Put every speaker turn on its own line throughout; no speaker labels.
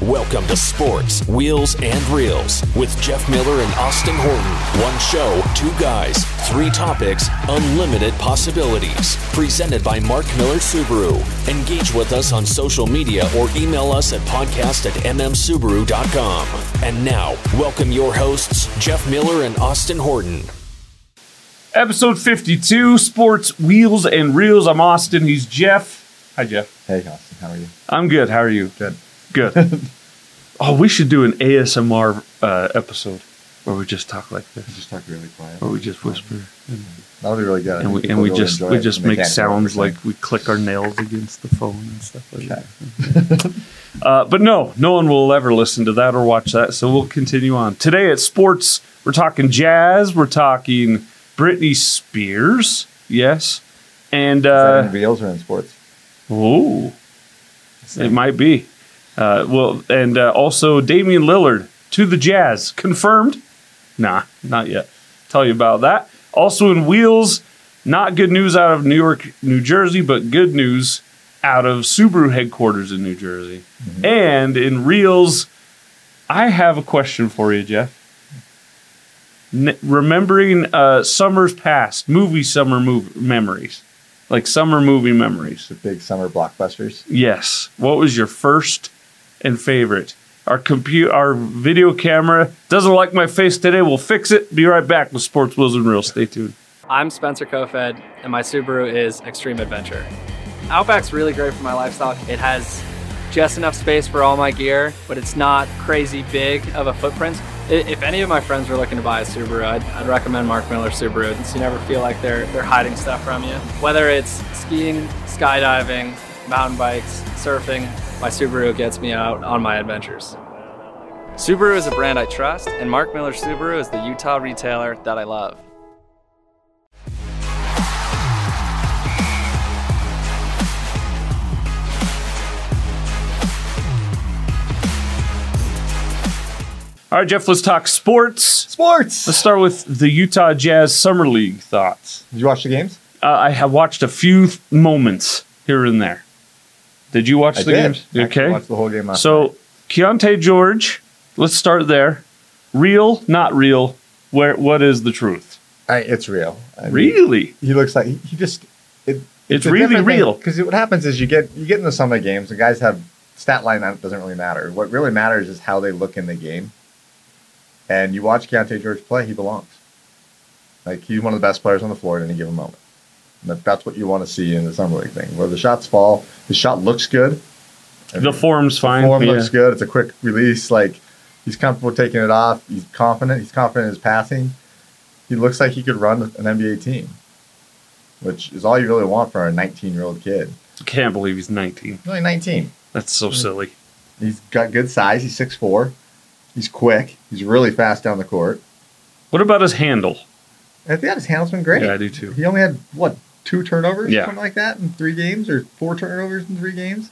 Welcome to Sports, Wheels, and Reels with Jeff Miller and Austin Horton. One show, two guys, three topics, unlimited possibilities. Presented by Mark Miller Subaru. Engage with us on social media or email us at podcast at mmsubaru.com. And now, welcome your hosts, Jeff Miller and Austin Horton.
Episode 52, Sports, Wheels, and Reels. I'm Austin. He's Jeff. Hi, Jeff.
Hey, Austin, how are you?
I'm good. How are you?
Good.
Good. oh, we should do an ASMR uh, episode where we just talk like this,
Just talk really quiet.
where we just whisper,
Oh, That'll be really good. I
and
think
we
people
and we
really
just
enjoy
we
it
just
when they
make
can't hear
sounds
everything.
like we click our nails against the phone and stuff like that. Uh, but no, no one will ever listen to that or watch that. So we'll continue on. Today at sports, we're talking jazz. We're talking Britney Spears. Yes, and
Is that
uh,
in reels or in sports?
Oh, it might be. Uh, well, and uh, also Damian Lillard to the Jazz confirmed. Nah, not yet. Tell you about that. Also in wheels, not good news out of New York, New Jersey, but good news out of Subaru headquarters in New Jersey. And in reels, I have a question for you, Jeff. N- remembering uh, summers past, movie summer mov- memories, like summer movie memories.
The big summer blockbusters.
Yes. What was your first and favorite? Our compute, our video camera doesn't like my face today. We'll fix it. Be right back with Sports Wheels and Reels. Stay tuned.
I'm Spencer Kofed, and my Subaru is Extreme Adventure. Outback's really great for my lifestyle. It has just enough space for all my gear, but it's not crazy big of a footprint. I- If any of my friends were looking to buy a Subaru, I'd, I'd recommend Mark Miller Subaru, so you never feel like they're they're hiding stuff from you. Whether it's skiing, skydiving, mountain bikes, surfing, my Subaru gets me out on my adventures. Subaru is a brand I trust, and Mark Miller Subaru is the Utah retailer that I love.
All right, Jeff, let's talk sports.
Sports!
Let's start with the Utah Jazz Summer League thoughts.
Did you watch the games?
Uh, I have watched a few th- moments here and there. Did you watch
I
the
did.
games?
I actually
okay.
watched the whole game last night.
So Keontae George, let's start there. Real, not real. Where? What is the truth?
I, it's real. I mean,
Really?
He looks like he, he just. It,
It's really real.
Because what happens is you get you get in the summer games, the guys have stat line that doesn't really matter. What really matters is how they look in the game. And you watch Keontae George play, he belongs. Like he's one of the best players on the floor at any given moment. And that, that's what you want to see in the summer league thing. Where the shots fall, the shot looks good.
The form's fine.
Form
yeah.
looks good. It's a quick release. Like he's comfortable taking it off. He's confident. He's confident in his passing. He looks like he could run an NBA team, which is all you really want for a 19 year old kid.
Can't believe he's 19.
He's only 19.
That's so silly.
He's got good size. He's 6'4. He's quick. He's really fast down the court.
What about his handle?
And I think his handle's been great.
Yeah, I do too.
He only had what two turnovers,
Yeah.
something like that, in three games, or four turnovers in three games.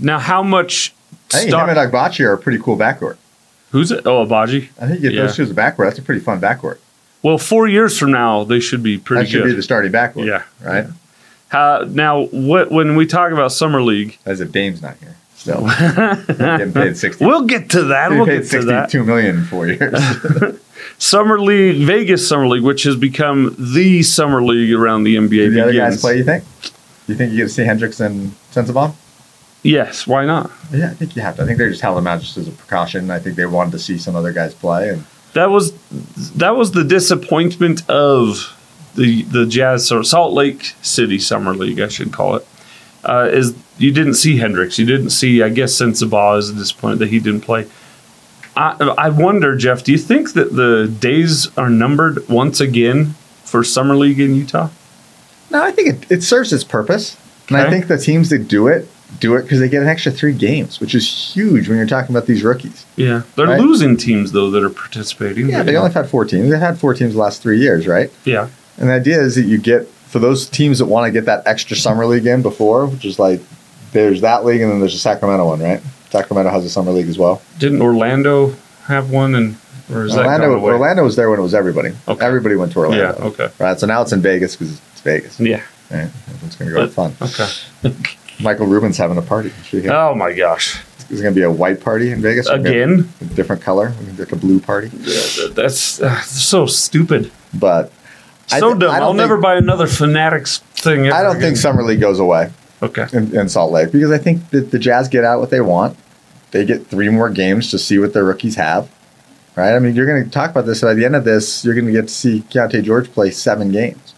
Now, how much
Hey,
stock?
him and Agbachi are a pretty cool backcourt.
who's it? Oh, Abaji.
I think you get
Yeah.
those two as a backcourt. That's a pretty fun backcourt.
Well, four years from now, they should be pretty
That should
good.
be the starting backcourt.
Yeah.
right.
How- now, what when we talk about summer league,
As if Dame's not here. So getting paid sixty.
we'll get to that.
getting
We'll
paid
get to that.
sixty-two million in four years.
Summer league, Vegas summer league, which has become the summer league around the NBA.
Do the other
begins.
guys play? You think? You think you get to see Hendricks and Sensabaugh?
Yes, why not?
Yeah, I think you have to. I think they're just held them out just as a precaution. I think they wanted to see some other guys play, and
That was that was the disappointment of the the Jazz or Salt Lake City Summer League, I should call it. Uh, is you didn't see Hendricks, you didn't see, I guess, Sensabaugh is disappointed that he didn't play. I I wonder, Jeff, do you think that the days are numbered once again for Summer League in Utah?
no, I think it, it serves its purpose. And I
Okay.
think the teams that do it do it because they get an extra three games, which is huge when you're talking about these rookies.
Yeah, they're
Right.
losing teams though that are participating.
Yeah, they only had four teams. They've had four teams the last three years, right?
yeah.
And the idea is that you get for those teams that want to get that extra summer league in before, which is like there's that league and then there's a Sacramento one, right? Sacramento has a summer league as well.
Didn't Orlando have one and or is that
Orlando,
gone away?
Orlando was there when it was everybody.
Okay.
Everybody went to Orlando.
Yeah, okay.
Right. So now it's in Vegas because it's Vegas.
Yeah.
Right? Everyone's gonna go have fun.
Okay.
Michael Rubin's having a party. Should we-
Oh my gosh.
Is it going to be a white party in Vegas? We're gonna have
Uh, Again,
A different color, like a blue party.
that's uh, so stupid.
But I
So
th-
dumb.
I don't
I'll never
think-
buy another Fanatics thing.
I
ever
don't think
again.
Summer League goes away
Okay.
in, in Salt Lake because I think that the Jazz get out what they want. They get three more games to see what their rookies have. Right? I mean, you're going to talk about this. By the end of this, you're going to get to see Keontae George play seven games.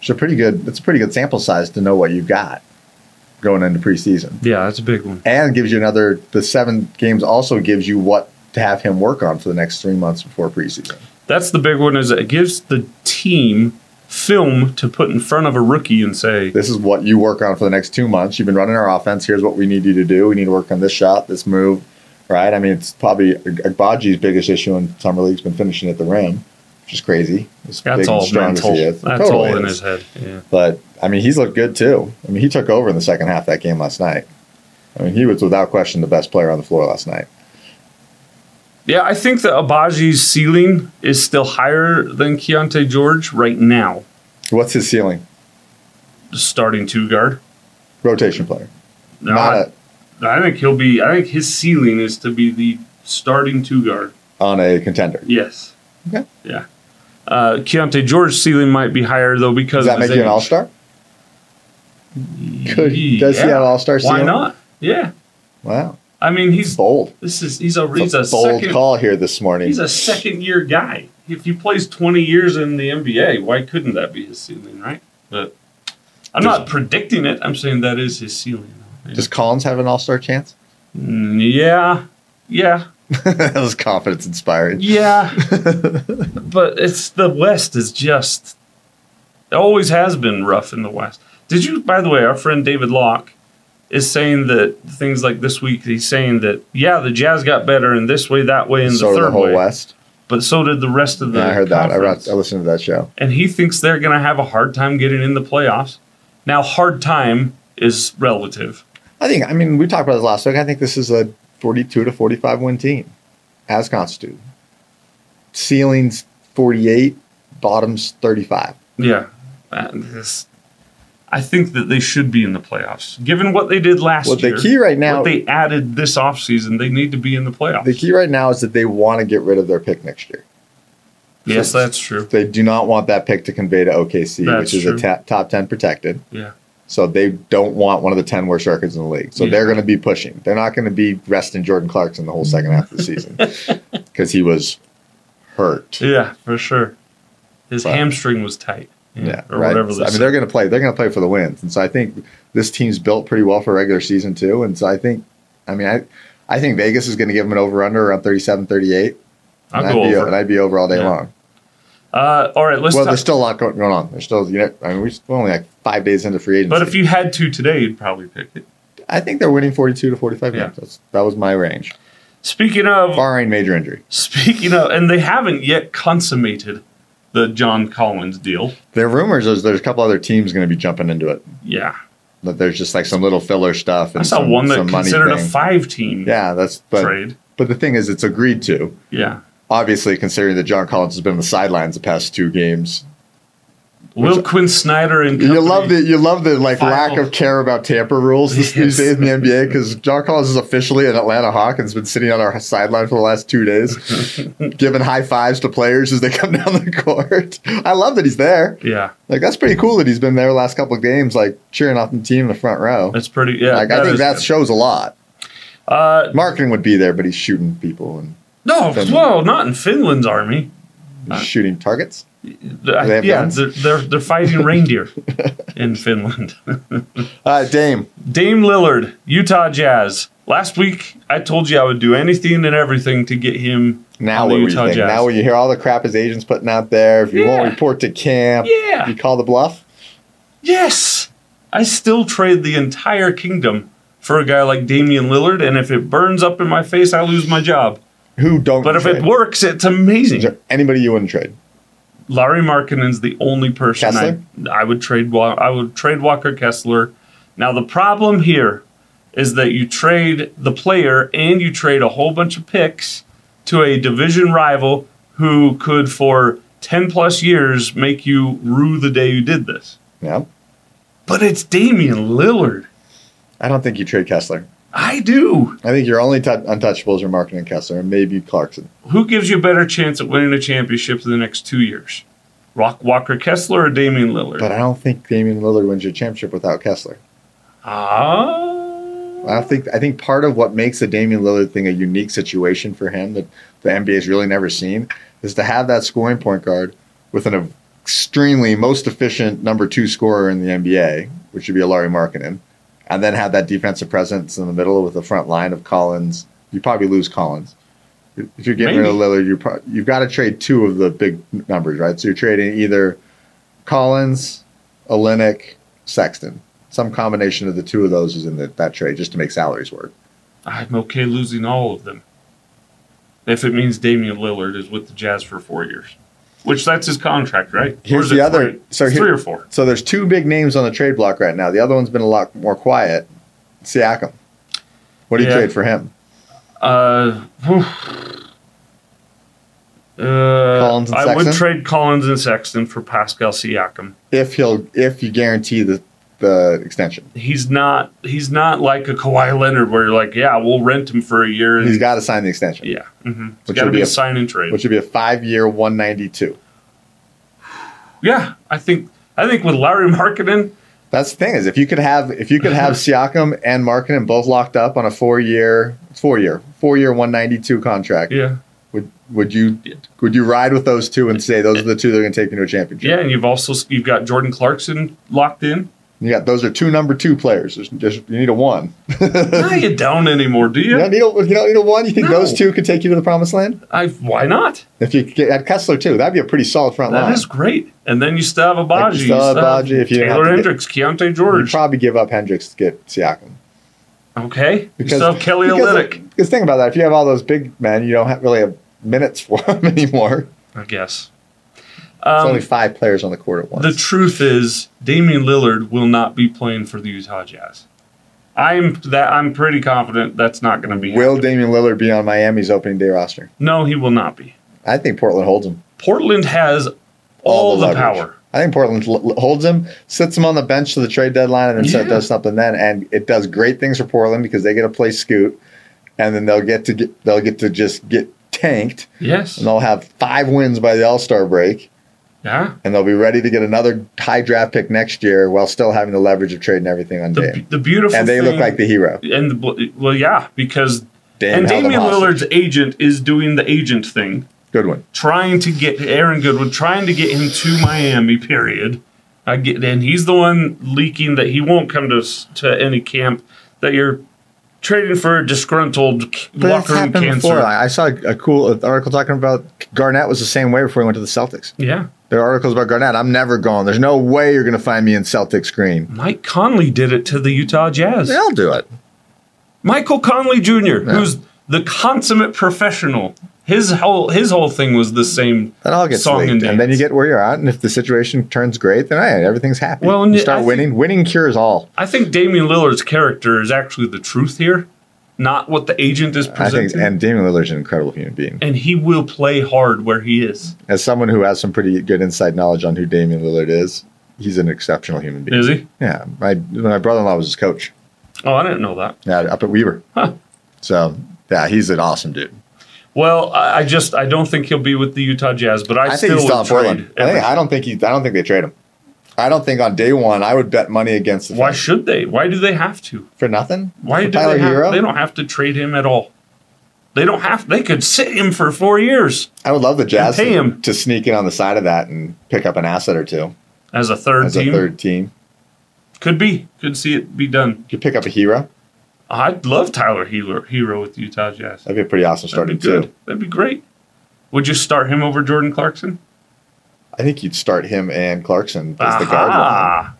It's a pretty good. It's a pretty good sample size to know what you've got going into preseason.
Yeah, that's a big one.
and gives you another the seven games also gives you what to have him work on for the next three months before preseason
That's the big one. Is it gives the team film to put in front of a rookie and say,
this is what you work on for the next two months you've been running our offense here's what we need you to do we need to work on this shot this move right i mean it's probably Agbaji's biggest issue in summer league's been finishing at the rim which is crazy As big
"That's
and
all
strong as he
mental.
is.
That's
Totally
all in his
is.
head." Yeah.
but i mean he's looked good too i mean he took over in the second half of that game last night i mean he was without question the best player on the floor last night
Yeah, I think that Abaji's ceiling is still higher than Keontae George right now,
what's his ceiling
starting two guard.
rotation player
No,
not a,
I, I think he'll be. I think his ceiling is to be the starting two guard.
on a contender
Yes.
Okay.
Yeah. Uh, Keontae George's ceiling might be higher though because
Does
of
that
his
make you an
age.
all star? Could,
Ye-
Does he
yeah.
have an all star season?
Why not? Yeah.
Wow.
I mean, he's
Bold.
this is he's a
It's
he's
a,
a
bold
second
call here this morning.
he's a second year guy. If he plays twenty years in the NBA, why couldn't that be his ceiling, right? But I'm not predicting it. I'm saying that is his ceiling.
Does Collins have an all star chance?
Mm, yeah, yeah,
that was confidence inspiring.
yeah. but it's the West is just it always has been rough in the West. Did you, by the way, our friend David Locke is saying that things like this week, he's saying that yeah, the Jazz got better in this way, that way, and
so
the
did
third
the whole
way,
West.
but so did the rest of the.
Yeah, I heard that. I,
conference.
read, I listened to that show.
and he thinks they're going to have a hard time getting in the playoffs. Now, hard time is relative.
I think, I mean, we talked about this last week. I think this is a 42 to 45 win team as constituted. Ceilings 48, bottoms 35.
Yeah, And this- I think that they should be in the playoffs. Given what they did last
Well,
year,
the key right now,
what they added this offseason, they need to be in the playoffs.
the key right now is that they want to get rid of their pick next year.
yes, that's true.
They do not want that pick to convey to OKC,
That's
which is
true.
a ta- top 10 protected.
Yeah,
So they don't want one of the 10 worst records in the league. So
Yeah.
they're going to be pushing. They're not going to be resting Jordan Clarkson the whole second half of the season because he was hurt.
yeah, for sure. His
But-
hamstring was tight. Yeah,
Yeah,
or
right.
whatever.
So, I
they
mean,
said.
they're going to play. They're going to play for the wins, and so I think this team's built pretty well for regular season too. And so I think, I mean, I, I think Vegas is going to give them an over under around 37, 38.
I'll
and I'd
go
be,
over.
And I'd be over all day
Yeah.
long.
uh, all right, let's.
well,
talk-
there's still a lot going going on. There's still, you know, I mean, we're still only like five days into free agency.
but if you had to today, you'd probably pick it.
I think they're winning 42 to 45
Yeah.
games. That's, that was my range,
Speaking of
barring major injury.
Speaking of, and they haven't yet consummated the John Collins deal.
There are rumors is there's a couple other teams going to be jumping into it.
Yeah,
That there's just like some little filler stuff. And
I saw
some,
one that
some money
considered a
thing.
five-team
Yeah, that's but
trade.
but the thing is, it's agreed to.
Yeah,
Obviously, considering that John Collins has been on the sidelines the past two games,
Will Quinn Snyder and
you
company-
love the you love the like
Final.
lack of care about tamper rules this,
Yes.
these days in the NBA because John Collins is officially an Atlanta Hawk and has been sitting on our sideline for the last two days, giving high fives to players as they come down the court. I love that he's there.
Yeah,
Like that's pretty cool that he's been there the last couple of games, like cheering off the team in the front row.
that's pretty. Yeah,
like I
that
think
is
that
good.
shows a lot.
uh,
Marketing would be there, but he's shooting people and
no.
Finland.
Well, not in Finland's army. Uh,
shooting targets.
I-
have
yeah,
guns?
they're, they're they're fighting reindeer in Finland.
Uh, Dame,
Dame Lillard, Utah Jazz. Last week, I told you I would do anything and everything to get him
now
on
what
the
do you
Utah
think?
Jazz.
Now when you hear all the crap his agent's putting out there, if you
Yeah.
won't report to camp,
Yeah.
you call the bluff.
Yes. I still trade the entire kingdom for a guy like Damian Lillard, and if it burns up in my face, I lose my job.
Who don't?
But if
trade?
it works, it's
is
amazing.
there anybody you wouldn't trade?
Larry Markkinen's the only person I, I would trade. Wa- I would trade Walker Kessler. Now the problem here is that you trade the player and you trade a whole bunch of picks to a division rival who could, for ten plus years, make you rue the day you did this.
No,
But it's Damian Lillard.
I don't think you trade Kessler.
I do.
I think your only t- untouchables are Markin and Kessler and maybe Clarkson.
Who gives you a better chance at winning a championship in the next two years? Rock Walker Kessler or Damian Lillard?
But I don't think Damian Lillard wins your championship without Kessler.
Ah.
I don't think I think part of what makes the Damian Lillard thing a unique situation for him that the NBA's really never seen is to have that scoring point guard with an extremely most efficient number two scorer in the NBA, which would be Larry Markkinen, and then have that defensive presence in the middle with the front line of Collins. You probably lose Collins if you're getting rid of
Maybe.
Lillard. You pro- you've got to trade two of the big numbers, right? So you're trading either Collins, Olenek, Sexton. Some combination of the two of those is in the, that trade just to make salaries work.
I'm okay losing all of them. If it means Damian Lillard is with the Jazz for four years, which that's his contract, right? Or
Here's
is it
the other-
three?
so
It's
here-
three or four.
So there's two big names on the trade block right now. The other one's been a lot more quiet. Siakam. What do you
Yeah.
trade for him?
Uh, uh,
Collins and
I would
Sexton?
trade Collins and Sexton for Pascal Siakam.
If he'll if you guarantee the the extension.
He's not he's not like a Kawhi Leonard where you're like, yeah, we'll rent him for a year. And,
He's got to sign the extension,
yeah, mm-hmm. it's
Which
got to
would
be
be
a
a-
sign and trade.
which would be a five year one ninety two.
yeah, I think I think with Larry Markkinen,
That's the thing is if you could have if you could have Siakam and Markkinen both locked up on a four year four year four year one ninety two contract,
yeah,
would would you would you ride with those two and say those are the two that are going to take you to a championship?
yeah, and you've also you've got Jordan Clarkson locked in.
You got those are two number two players. There's, there's, you need a one.
no, you don't anymore, do you?
You don't need a, you don't need a one. You think
No.
those two could take you to the promised land?
I why not?
If you could get at Kessler too, that'd be a pretty solid front
That
line.
is great. And then you still have a
Like, you
Baji,
still have Baji, if you didn't
Taylor
have to get-
Hendricks, Keontae
You'd
George.
probably give up Hendricks to get Siakam.
okay, you still have Kelly
because-
Olynyk.
Because think about that. If you have all those big men, you don't have, really have minutes for them anymore.
I guess.
It's
Um,
only five players on the court at once.
The truth is, Damian Lillard will not be playing for the Utah Jazz. I'm that I'm pretty confident that's not going to be.
Will Damian Lillard be on Miami's opening day roster?
No, he will not be.
I think Portland holds him.
Portland has all, the,
leverage.
power.
I think Portland l- l- holds him, sits him on the bench to the trade deadline, and then so it
Yeah.
does something then. And it does great things for Portland because they get to play Scoot, and then they'll get to get they'll get to just get tanked,
Yes.
and they'll have five wins by the All Star break,
Yeah.
and they'll be ready to get another high draft pick next year while still having the leverage of trading everything on
The,
Dame.
the beautiful
And they look
thing-
like the hero.
and the, bl- well, yeah, because
Dame
and
held them
Damian
hostage.
Lillard's agent is doing the agent thing,
good one.
trying to get Aaron Goodwood, trying to get him to Miami. Period. I get, and he's the one leaking that he won't come to s- to any camp. That you're trading for a disgruntled c-
But that's
locker room
happened
cancer.
before. I I saw a a cool article talking about Garnett was the same way before he went to the Celtics.
Yeah,
There are articles about Garnett. I'm never gone. There's no way you're going to find me in Celtics green.
Mike Conley did it to the Utah Jazz.
They'll do it.
Michael Conley Jr., who's the consummate professional. His whole his whole thing was the same
That all gets
song
leaked.
and
And,
dance.
then you get where you're at. And if the situation turns great, then hey, everything's happy.
Well,
Well,
and
you
I
start
think-
winning. winning cures all.
I think Damian Lillard's character is actually the truth here, not what the agent is
I
presenting.
think, and Damian Lillard's an incredible human being.
and he will play hard where he is.
As someone who has some pretty good inside knowledge on who Damian Lillard is, he's an exceptional human being.
Is he?
Yeah. My, my brother in law was his coach.
Oh, I didn't know that.
Yeah, up at Weaver.
Huh.
So yeah, he's an awesome dude.
Well, I, I just I don't think he'll be with the Utah Jazz, but I,
I, think
still
he's still in
would trade.
Portland. I,
every-
think, I don't think he. I don't think they trade him. I don't think on day one I would bet money against the
Why
Thunder.
should they? Why do they have to?
for nothing.
Why
for
do
Tyler
they have,
Hero?
They don't have to trade him at all. They don't have. They could sit him for four years
I would love the Jazz
pay
to,
him.
to sneak in on the side of that and pick up an asset or two
as a third
as
team.
a third team.
Could be. Could see it be done.
You pick up a hero.
I'd love Tyler Hero, Hero with the Utah Jazz.
That'd be a pretty awesome
That'd
starting
be good.
too.
That'd be great. Would you start him over Jordan Clarkson?
I think you'd start him and Clarkson as the guard. line.
Aha.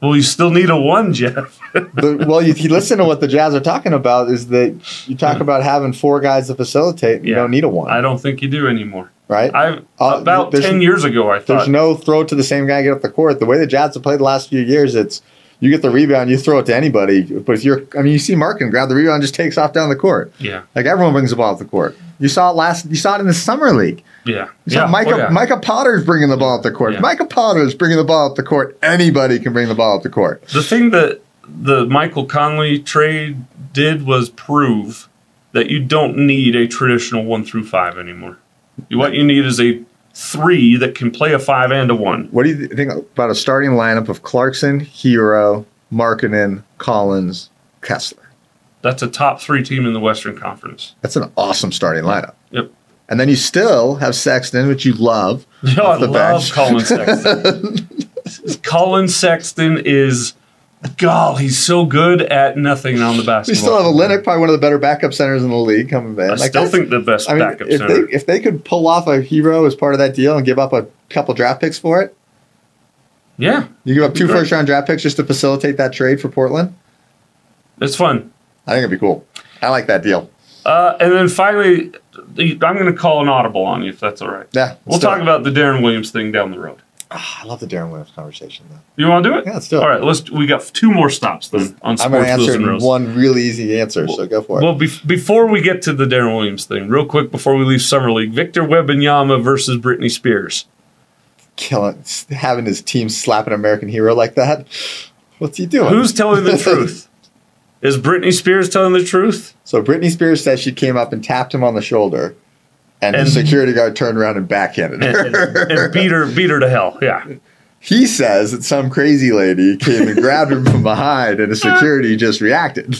Well, you still need a one, Jeff.
The, well, you, you listen to what the Jazz are talking about is that you talk about having four guys to facilitate. And You
Yeah.
don't need a one,
I don't think you do anymore.
right?
I
Uh,
about
there's-
ten years ago, I
There's
thought
no throw to the same guy get up the court. The way the Jazz have played the last few years, it's you get the rebound, you throw it to anybody. But if you're, I mean, you see Markin grab the rebound, and just takes off down the court.
Yeah,
Like everyone brings the ball up the court. You saw it last. You saw it in the summer league.
yeah,
You saw
yeah.
Micah
oh, yeah.
Micah Potter's bringing the ball up the court.
Yeah.
Micah Potter's bringing the ball up the court. Anybody can bring the ball up the court.
The thing that the Michael Conley trade did was prove that you don't need a traditional one through five anymore. What you need is a three that can play a five and a one.
What do you think about a starting lineup of Clarkson, Hero, Markinen, Collins, Kessler?
That's a top three team in the Western Conference.
That's an awesome starting lineup.
Yep.
And then you still have Sexton, which you love.
Yo, I
off the
love
bench.
Colin Sexton. Colin Sexton is, golly, he's so good at nothing on the
You
basketball.
still have a Leonard, probably one of the better backup centers in the league, coming back.
I still think the best
I mean,
backup
if
center.
they if they could pull off a hero as part of that deal and give up a couple draft picks for it,
yeah,
you give up two
Right.
first round draft picks just to facilitate that trade for Portland.
it's fun.
I think it'd be cool. I like that deal.
Uh, and then finally, the- I'm going to call an audible on you if that's all right.
Yeah,
We'll
let's do
talk
it.
about the Darren Williams thing down the road.
Ah, I love the Darren Williams conversation though.
You want to do it?
Yeah, let's do it. Mm.
All right, let's. We got two more stops then on
I'm going
sports
to
Wheels
answer
and
in
Rows.
one really easy answer, so go for it.
Well, bef before we get to the Darren Williams thing, real quick before we leave summer league, Victor Wembanyama versus Britney Spears.
Killing, having his team slap an American hero like that. What's he doing?
Who's telling the truth? Is Britney Spears telling the truth?
So Britney Spears says she came up and tapped him on the shoulder, and,
And-
the security guard turned around and backhanded
And,
her.
and, and beat her, beat her to hell. Yeah,
he says that some crazy lady came and grabbed him from behind, and the security just reacted.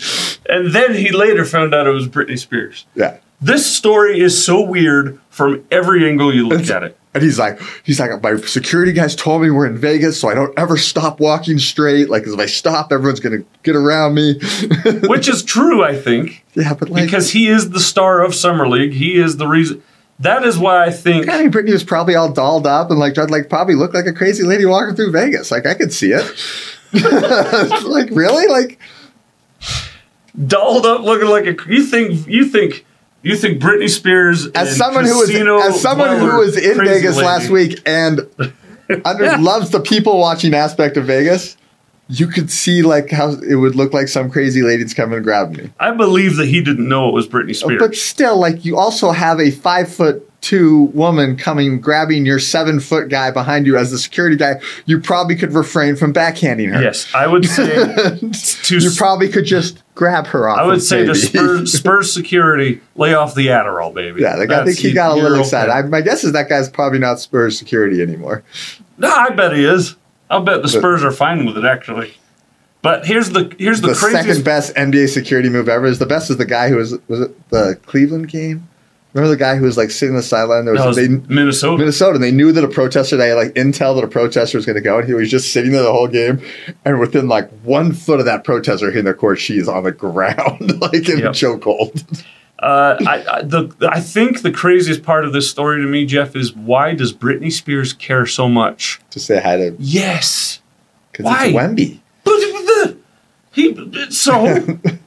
and then he later found out it was Britney Spears.
Yeah,
This story is so weird from every angle you look at it.
and he's like, he's like, my security guys told me we're in Vegas, so I don't ever stop walking straight. Like, 'cause if I stop, everyone's gonna get around me.
which is true, I think,
yeah, but like,
because he is the star of summer league. He is the reason. That is why I think.
I mean, Britney was probably all dolled up and like tried to, like probably looked like a crazy lady walking through Vegas. Like I could see it. like really? Like
dolled up, looking like a. You think you think you think Britney Spears
as
and
someone who was
Christina
as someone who
Weller,
was in
crazy
Vegas
lady.
last week and under, loves the people watching aspect of Vegas, you could see like how it would look like some crazy lady's coming to grab me.
I believe that he didn't know it was Britney Spears.
But still, like you also have a five foot two woman coming grabbing your seven foot guy behind you as the security guy. You probably could refrain from backhanding her.
yes, I would say to.
you probably could just grab her off.
I would
him,
say to
maybe.
Spurs, Spurs security, lay off the Adderall, baby.
yeah, like, I
That's-
think he got a little
you're
excited.
okay.
I, my guess is that guy's probably not Spurs security anymore.
No, I bet he is. I'll bet the Spurs are fine with it actually. But here's the here's the,
The
craziest
second best NBA security move ever is the best is the guy who was was it the Cleveland game? Remember the guy who was like sitting on the sideline? There was,
No, it's
they,
Minnesota.
Minnesota, and they knew that a protester, they had like intel that a protester was going to go, and he was just sitting there the whole game. And within like one foot of that protester hitting their court, she is on the ground, like in
Yep.
a chokehold.
Uh, I, I, the, I think the craziest part of this story to me, Jeff, is why does Britney Spears care so much?
to say hi to
Yes.
because
Why?
it's Wemby.
But the, he so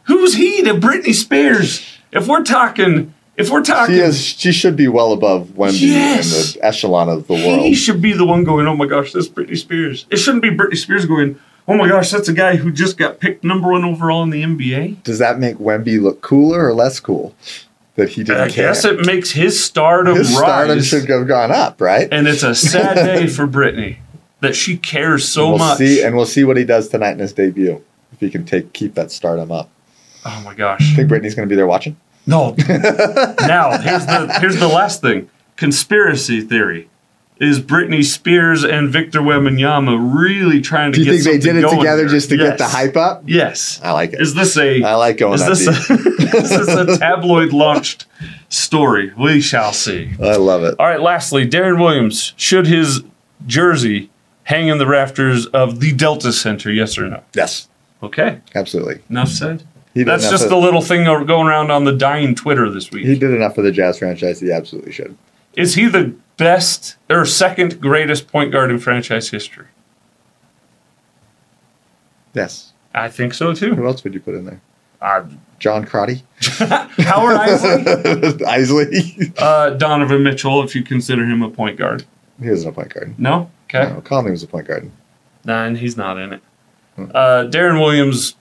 who's he to Britney Spears? If we're talking, if we're talking,
She is. She should be well above Wemby
Yes.
in the echelon of the
he
world.
should be the one going, "Oh my gosh, that's Britney Spears." It shouldn't be Britney Spears going, "Oh my gosh, that's a guy who just got picked number one overall in the NBA."
Does that make Wemby look cooler or less cool? That he didn't
I
care.
guess it makes his stardom
His stardom
rise,
should have gone up, right?
and it's a sad day for Britney that she cares so
we'll
much.
see, and we'll see what he does tonight in his debut. If he can take keep that stardom up,
Oh my gosh.
think Brittany's going to be there watching.
No. now, here's the here's the last thing. Conspiracy theory. Is Britney Spears and Victor Wembanyama really trying to
Do you
get
think they
something
did it
going
together
here?
just to get the
Yes.
hype up?
Yes.
I like it.
Is this a
I like going
is
that
this
deep.
a, is this a tabloid launched story? We shall see.
I love it.
All right, lastly, Darren Williams, should his jersey hang in the rafters of the Delta Center, yes or no?
Yes,
Okay.
absolutely.
Enough said.
He did
That's
enough
just
for,
the little thing going around on the dying Twitter this week.
he did enough for the Jazz franchise. He absolutely should.
Is he the best or second greatest point guard in franchise history?
Yes.
I think so too.
Who else would you put in there?
Uh,
John Crotty,
Howard Isaac,
Isley.
uh, Donovan Mitchell, if you consider him a point guard.
he wasn't a point guard.
No, okay,
No, Conley was a point guard.
nah, and he's not in it. Uh, Darren Williams,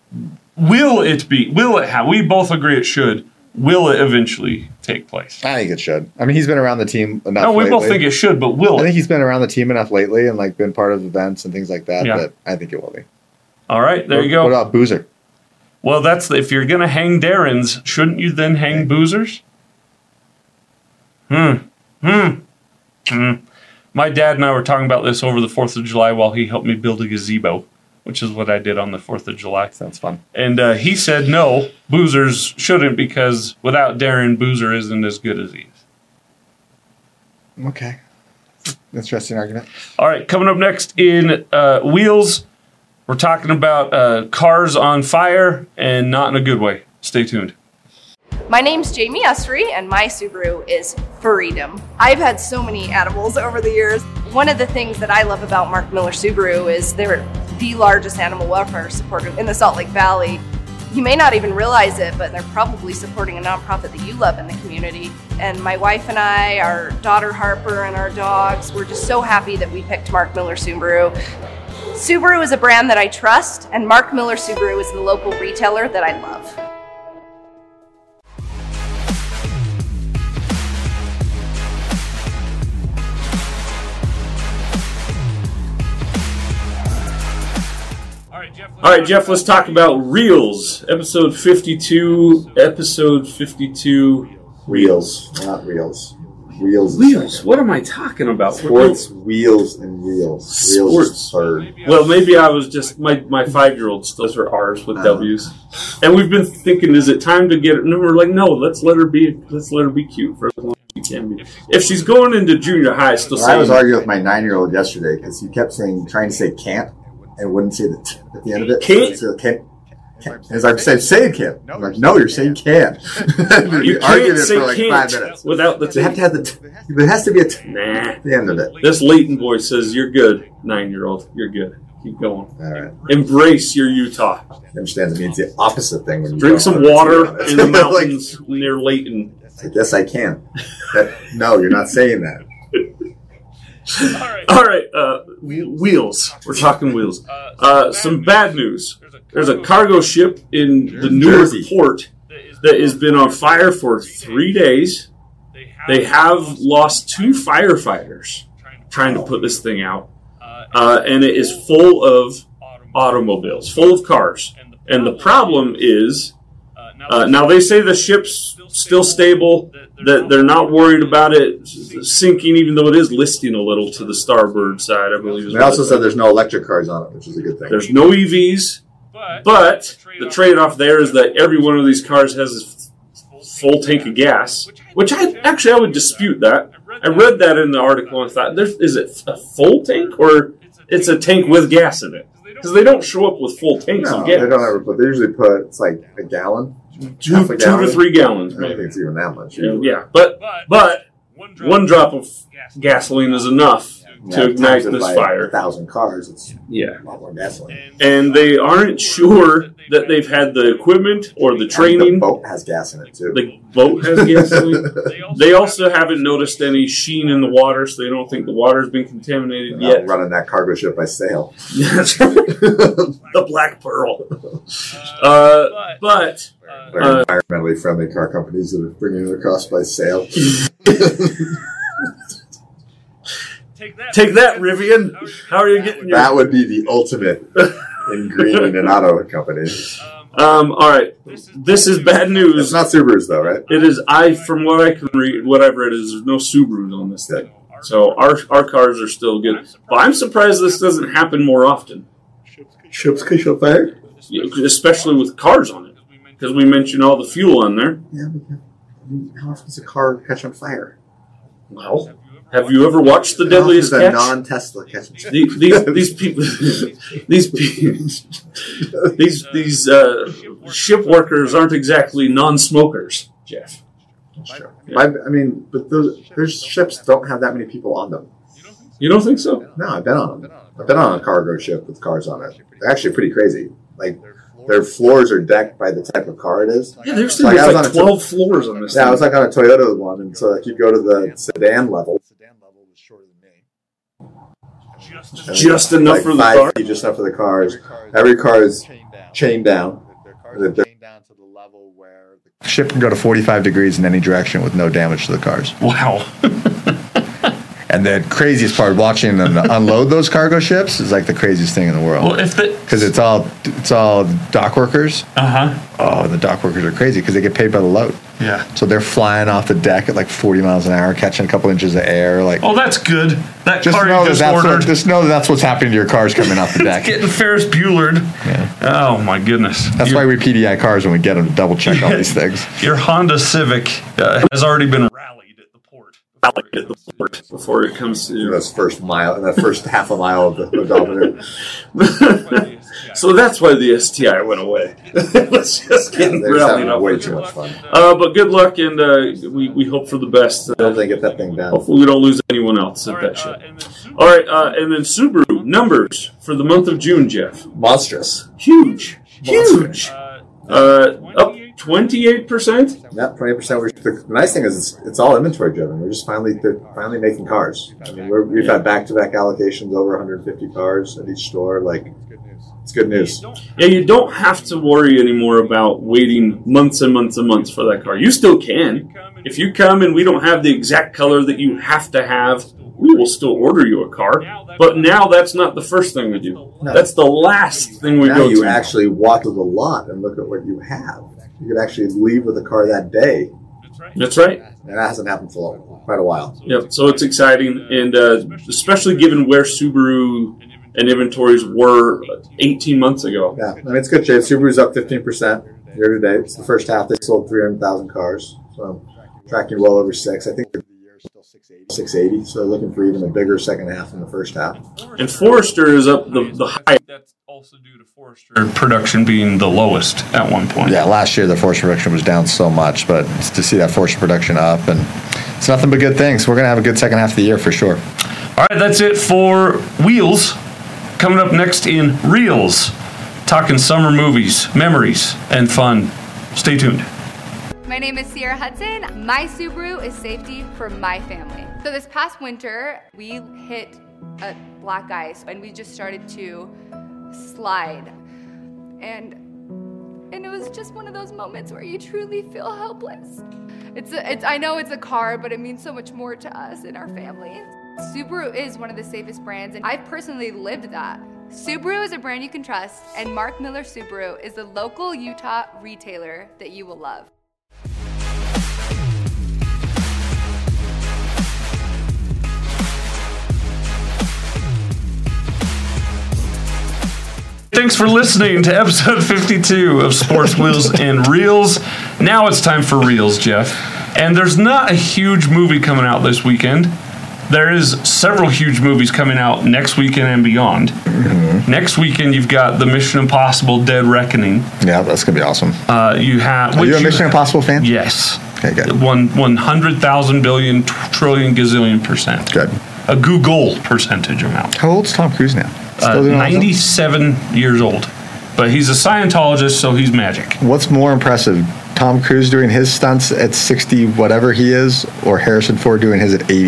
will it be? Will it? Ha- we both agree it should. Will it eventually take place?
I think it should. I mean, he's been around the team enough.
No, we
lately.
both think it should, but will
I think
it?
he's been around the team enough lately and like been part of events and things like that
Yeah.
that I think it will be.
All right, there you
What
go.
about Boozer?
Well, that's the, if you're gonna hang Darren's, shouldn't you then hang Boozer's? Hmm. Hmm. Hmm. My dad and I were talking about this over the Fourth of July while he helped me build a gazebo, which is what I did on the Fourth of July.
Sounds fun.
And uh, he said no, Boozer's shouldn't because without Darren, Boozer isn't as good as he is.
Okay. Interesting argument.
All right, coming up next in uh, Wheels, we're talking about uh, cars on fire and not in a good way. Stay tuned.
My name's Jamie Essery, and my Subaru is Furrydom. I've had so many animals over the years. One of the things that I love about Mark Miller Subaru is they're the largest animal welfare supporter in the Salt Lake Valley. You may not even realize it, but they're probably supporting a nonprofit that you love in the community. And my wife and I, our daughter Harper, and our dogs, we're just so happy that we picked Mark Miller Subaru. Subaru is a brand that I trust, and Mark Miller Subaru is the local retailer that I love.
All right, Jeff. All right, Jeff. Let's talk about reels. Episode fifty-two. Episode fifty-two.
Reels, not reels. Reels. is
Wheels.
second.
What am I talking about?
Sports, wheels, and reels. Reels
Sports.
is third.
Well, maybe I was just my my five year olds. Those were R's with
Uh-huh.
W's, and we've been thinking, is it time to get? And we're like, no, let's let her be. Let's let her be cute for as long as she can be. If she's going into junior high, still
Well, I was
saying
arguing with my nine-year-old yesterday because he kept saying, trying to say can't, and wouldn't say the t at the end of it.
Can't?
So can't. can't. And As I'm saying, say can't. I'm like, no, you're saying can.
you
you
can't say can't without the.
They have to have the. T- there has to be a t-
nah.
at the end of it.
This Leighton boy says you're good, nine year old. You're good. Keep going.
All right.
Embrace your Utah.
Understands it means the opposite thing when you
Drink
don't
some
want it,
water
to be
in the
honest. Like,
mountains near Leighton.
I guess I can. That, no, you're not saying that.
All right, uh, wheels. We're talking wheels. Uh, some bad news. There's a cargo ship in the Newark
Jersey.
port that has been on fire for three days. They have lost two firefighters trying to put this thing out, uh, and it is full of automobiles, full of cars. And the problem is uh, now they say the ship's still stable, that they're not worried about it sinking, even though it is listing a little to the starboard side, I believe. is
They
what
also
it
said there's no electric cars on it, which is a good thing.
there's no EVs, but the trade-off there is that every one of these cars has a f- full tank of gas, which I actually I would dispute that. I read that in the article and thought, there's, is it a full tank or it's a tank with gas in it? Because they don't show up with full tanks
no,
of gas.
they don't ever put. They usually put it's like a gallon.
two,
half
two
a gallon.
to three gallons,
I don't think
maybe.
it's even that much.
Yeah, but but one drop of gasoline is enough
Yeah,
to ignite
times it
this
by A
fire.
thousand cars. It's
Yeah.
a lot more gasoline.
and they aren't sure that they've had the equipment or the
And the
training.
boat has gas in it too.
The boat has gasoline. They also haven't noticed any sheen in the water, so they don't think the water's been
They're
contaminated
not
yet.
running that cargo ship by sail.
the black pearl. Uh, but
They're
Uh,
environmentally friendly car companies that are bringing it across by sail.
take that, Rivian. How are you getting your?
that would be the ultimate in greening an auto company.
Um, all right, this is bad
It's
news.
not Subarus though, right?
It is I, from what I can read, what I've read is there's no Subarus on this thing. So our our cars are still good. But I'm surprised this doesn't happen more often.
Ships catch on fire.
Yeah, especially with cars on it, because we mentioned all the fuel on there.
Yeah, but how- how often does a car catch on fire?
Well, have you ever watched the
How often
deadliest
does a
catch?
non-Tesla catch on fire?
these, these these people, these people, these these uh, ship workers aren't exactly non-smokers, Jeff.
Sure. My, I mean, but those there's ships don't have that many people on them.
You don't think so?
No, I've been on them. I've been on a cargo ship with cars on it. They're actually pretty crazy. Like their floors are decked by the type of car it is.
Yeah, there's
Like, I was
like,
on a-
twelve floors on this.
Yeah, I was
thing.
like on a Toyota one, and so like you go to the sedan level,
Sedan level was shorter than me.
and
Just enough
like
for the
five
car?
feet, just enough for the cars. Every car is
chained down.
chained down.
Their
are They're-
chained down to the level where the ship can go to 45 degrees in any direction with no damage to the cars.
wow.
And the craziest part, watching them unload those cargo ships, is like the craziest thing in the
Well,
world.
if the
Because it's all it's all dock workers.
uh huh,
Oh, the dock workers are crazy because they get paid by the load.
yeah.
So they're flying off the deck at like 40 miles an hour, catching a couple inches of air. Like
Oh, that's good. That
just
car
know
you
that
just
that's
ordered.
what, just know that that's what's happening to your cars coming off the deck.
Getting Ferris Buellered. Oh my goodness.
That's
Your-
why we PDI cars when we get them to double check all these things.
Your Honda Civic uh, has already been rallied at the port.
at the port before it comes to you.
That's first mile, that first half a mile of the odometer.
So that's why the STI went away. Let's just get
They're just
rallied
having
up.
way too much fun.
Uh, but good luck, and uh, we, we hope for the best.
I hope
Uh,
they get that thing down.
hopefully, we don't lose anyone else at that
Uh,
show. All right, uh, and then Subaru numbers for the month of June, Jeff.
Monstrous.
Huge, huge. Uh, up twenty-eight percent.
Yep, twenty percent. The nice thing is it's, it's all inventory driven. We're just finally they're finally making cars. I mean, we're, we've had back to back allocations over 150 cars at each store. Like, it's good news.
Yeah, you don't have to worry anymore about waiting months and months and months for that car. You still can. If you come and we don't have the exact color that you have to have, we will still order you a car. But now that's not the first thing we do. That's the last thing we
now
go
you
to.
actually walk to the lot and look at what you have. You could actually leave with a car that day,
that's right.
and that hasn't happened for long- quite a while.
Yep. So it's exciting, and uh, especially given where Subaru and inventories were 18 months ago.
Yeah, I mean it's good shape. Subaru's up 15 percent year to date. It's the first half. They sold 300,000 cars, so tracking well over six. I think the year's still 680. 680. So they're looking for even a bigger second half than the first half.
And Forester is up the, the highest.
That's also due to Forester production being the lowest at one point.
Yeah, last year the force production was down so much, but it's to see that force production up, and it's nothing but good things. We're gonna have a good second half of the year for sure.
All right, that's it for Wheels. Coming up next in Reels, talking summer movies, memories, and fun. Stay tuned.
My name is Sierra Hudson. My Subaru is safety for my family. So this past winter, we hit a black ice and we just started to slide. And and it was just one of those moments where you truly feel helpless. It's, a, it's I know it's a car, but it means so much more to us and our family. Subaru is one of the safest brands, and I've personally lived that. Subaru is a brand you can trust, and Mark Miller Subaru is the local Utah retailer that you will love.
Thanks for listening to episode 52 of Sports Wheels and Reels. Now it's time for Reels, Jeff. And there's not a huge movie coming out this weekend. There is several huge movies coming out next weekend and beyond.
Mm-hmm.
Next weekend, you've got the Mission Impossible Dead Reckoning.
Yeah, that's gonna be awesome.
Uh, you have.
Are you a Mission Impossible fan?
Yes.
Okay, good.
One, 100,000 billion, tr- trillion, gazillion percent.
Good.
A Google percentage amount.
How old's Tom Cruise now?
Uh,
doing all this?
97 years old. But he's a Scientologist, so he's magic.
What's more impressive, Tom Cruise doing his stunts at 60, whatever he is, or Harrison Ford doing his at 80?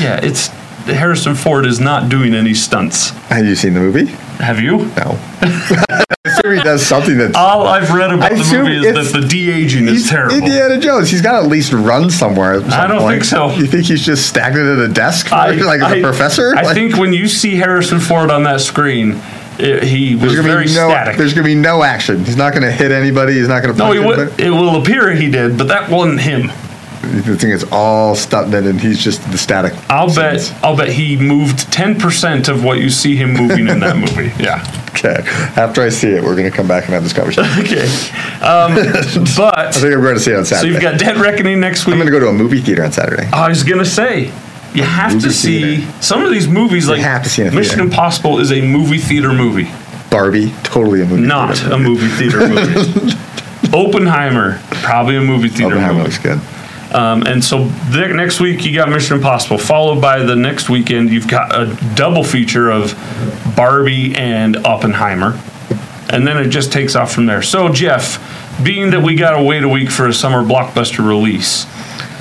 Yeah, it's Harrison Ford is not doing any stunts.
Have you seen the movie?
Have you?
No. I assume he does something that's.
All I've read about
I
the
assume
movie
it's-
is that the de aging is
He's
Oh, terrible.
Indiana Jones. He's got to at least run somewhere. At some
I don't
point.
think so.
You think he's just stagnant at a desk, for, like as a professor?
I
Like,
think when you see Harrison Ford on that screen, it, he was
there's gonna
very
be no.
static.
There's gonna be no action. He's not gonna hit anybody. He's not gonna.
no,
punch
he
anybody.
would, it will appear he did, but that wasn't him.
The thing is, all stuntmen, and he's just the static.
I'll
scenes.
bet. I'll bet he moved ten percent of what you see him moving in that movie. Yeah.
Okay. After I see it, we're gonna come back and have this conversation.
Okay. Um, but
I think I'm going to see it on
so
Saturday.
you've got Dead Reckoning next week.
I'm going to go to a movie theater on Saturday.
I was gonna say, you have to
Movie
see
theater.
some of these movies. Like
have to see it in a
Mission
theater.
Impossible is a movie theater movie,
Barbie, totally a movie.
not
theater
a movie theater movie. Oppenheimer, probably a movie theater
Oppenheimer
movie.
looks good.
Um, and so the, next week you got Mission Impossible, followed by the next weekend you've got a double feature of Barbie and Oppenheimer, and then it just takes off from there. So Jeff, being that we got to wait a week for a summer blockbuster release,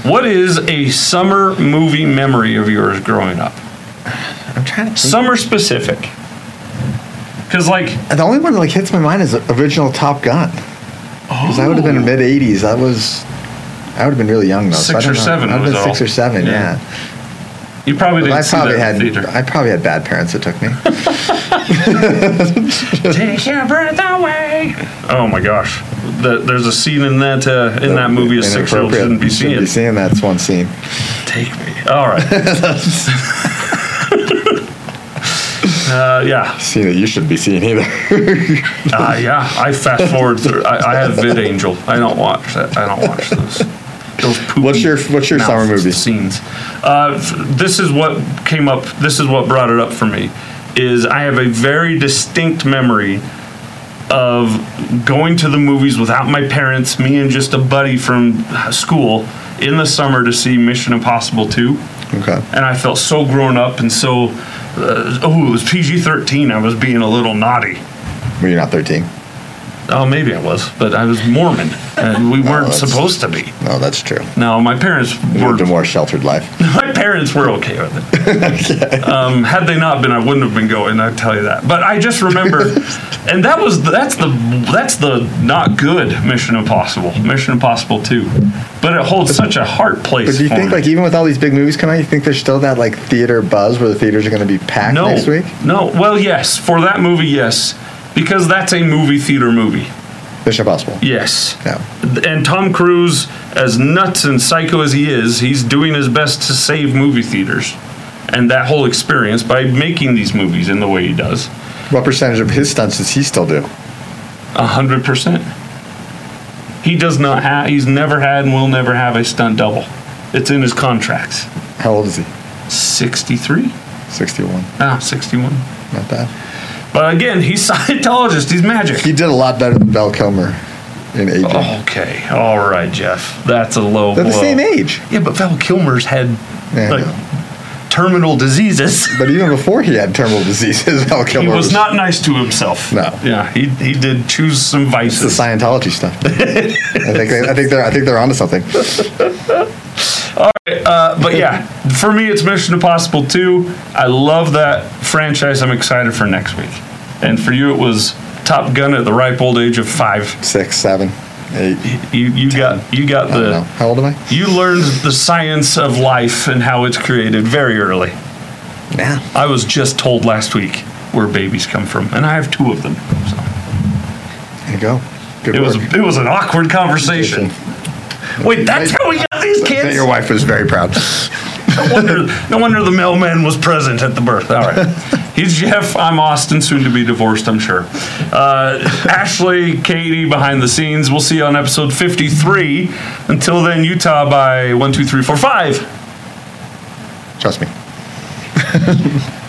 what is a summer movie memory of yours growing up?
Hmm. I'm trying to.
Summer specific, because like
The only one that like hits my mind is the original Top Gun. Because I would have
Oh.
been mid '80s. That was. I would have been really young though. so I
Six
don't
or
know.
seven
I'd have
was
been six
all.
or seven.
Yeah.
Yeah.
You probably didn't
I
see
probably
that in
had
the theater.
I probably had bad parents that took me.
Take your breath away. Oh my gosh, the, there's a scene in that uh, in that movie a six year old
Inappropriate.
shouldn't be seeing.
Be seeing that's one scene.
Take me. All right. uh, yeah,
Scene that you shouldn't be seeing either.
uh, yeah. I fast forward through. I, I have Vid Angel. I don't watch that. I don't watch those. Those poopy
What's your- what's your
mouth
summer movie?
scenes? Uh, f- this is what came up. This is what brought it up for me. Is I have a very distinct memory of going to the movies without my parents, me and just a buddy from school in the summer to see Mission Impossible 2
okay.
and I felt so grown up and so. Uh, oh, it was PG thirteen. I was being a little naughty.
Well, you're not 13.
Oh, maybe I was, but I was Mormon, and we weren't
that's-
supposed to be.
No, that's true.
No, my parents
You lived a
were.
more sheltered life.
My parents were okay with it. um, had they not been, I wouldn't have been going. I tell you that. But I just remember, and that was that's the that's the not good Mission Impossible, Mission Impossible two, but it holds such a heart place.
But do you
for
think,
me.
like, even with all these big movies coming out, you think there's still that, like, theater buzz where the theaters are going to be packed
No.
next week?
No. Well, yes. For that movie, yes. Because that's a movie theater movie.
Mission Impossible.
Yes.
No.
And Tom Cruise, as nuts and psycho as he is, he's doing his best to save movie theaters and that whole experience by making these movies in the way he does.
What percentage of his stunts does he still do?
A hundred percent. He does not have. He's never had and will never have a stunt double. It's in his contracts.
How old is he?
Sixty-three.
61.
Ah, 61.
Not bad.
But again, he's Scientologist. He's magic.
He did a lot better than Val Kilmer in aging.
Oh, Okay, all right, Jeff. That's a low
They're the
blow.
same age.
Yeah, but Val Kilmer's had
Yeah, I
like
know.
terminal diseases.
But even before he had terminal diseases, Val
he
Kilmer
was not nice to himself.
No.
Yeah, he, he did choose some
It's the
vices.
Scientology stuff. I think they, I think they're I think they're onto something.
Uh, but yeah, for me, it's Mission Impossible 2. I love that franchise. I'm excited for next week. And for you, it was Top Gun at the ripe old age of five.
Six, seven, eight.
You you got you got
I don't know.
the
How old am I?
you learned the science of life and how it's created very early.
Yeah.
I was just told last week where babies come from, and I have two of them. So
There you go. Good
it
work.
was it was an awkward conversation. Wait, that's how we got these
Bet
kids.
Your wife was very proud.
No wonder, no wonder the mailman was present at the birth. All right, he's Jeff. I'm Austin, soon to be divorced. I'm sure. Uh, Ashley, Katie, behind the scenes. We'll see you on episode 53. Until then, Utah by one, two, three, four, five.
Trust me.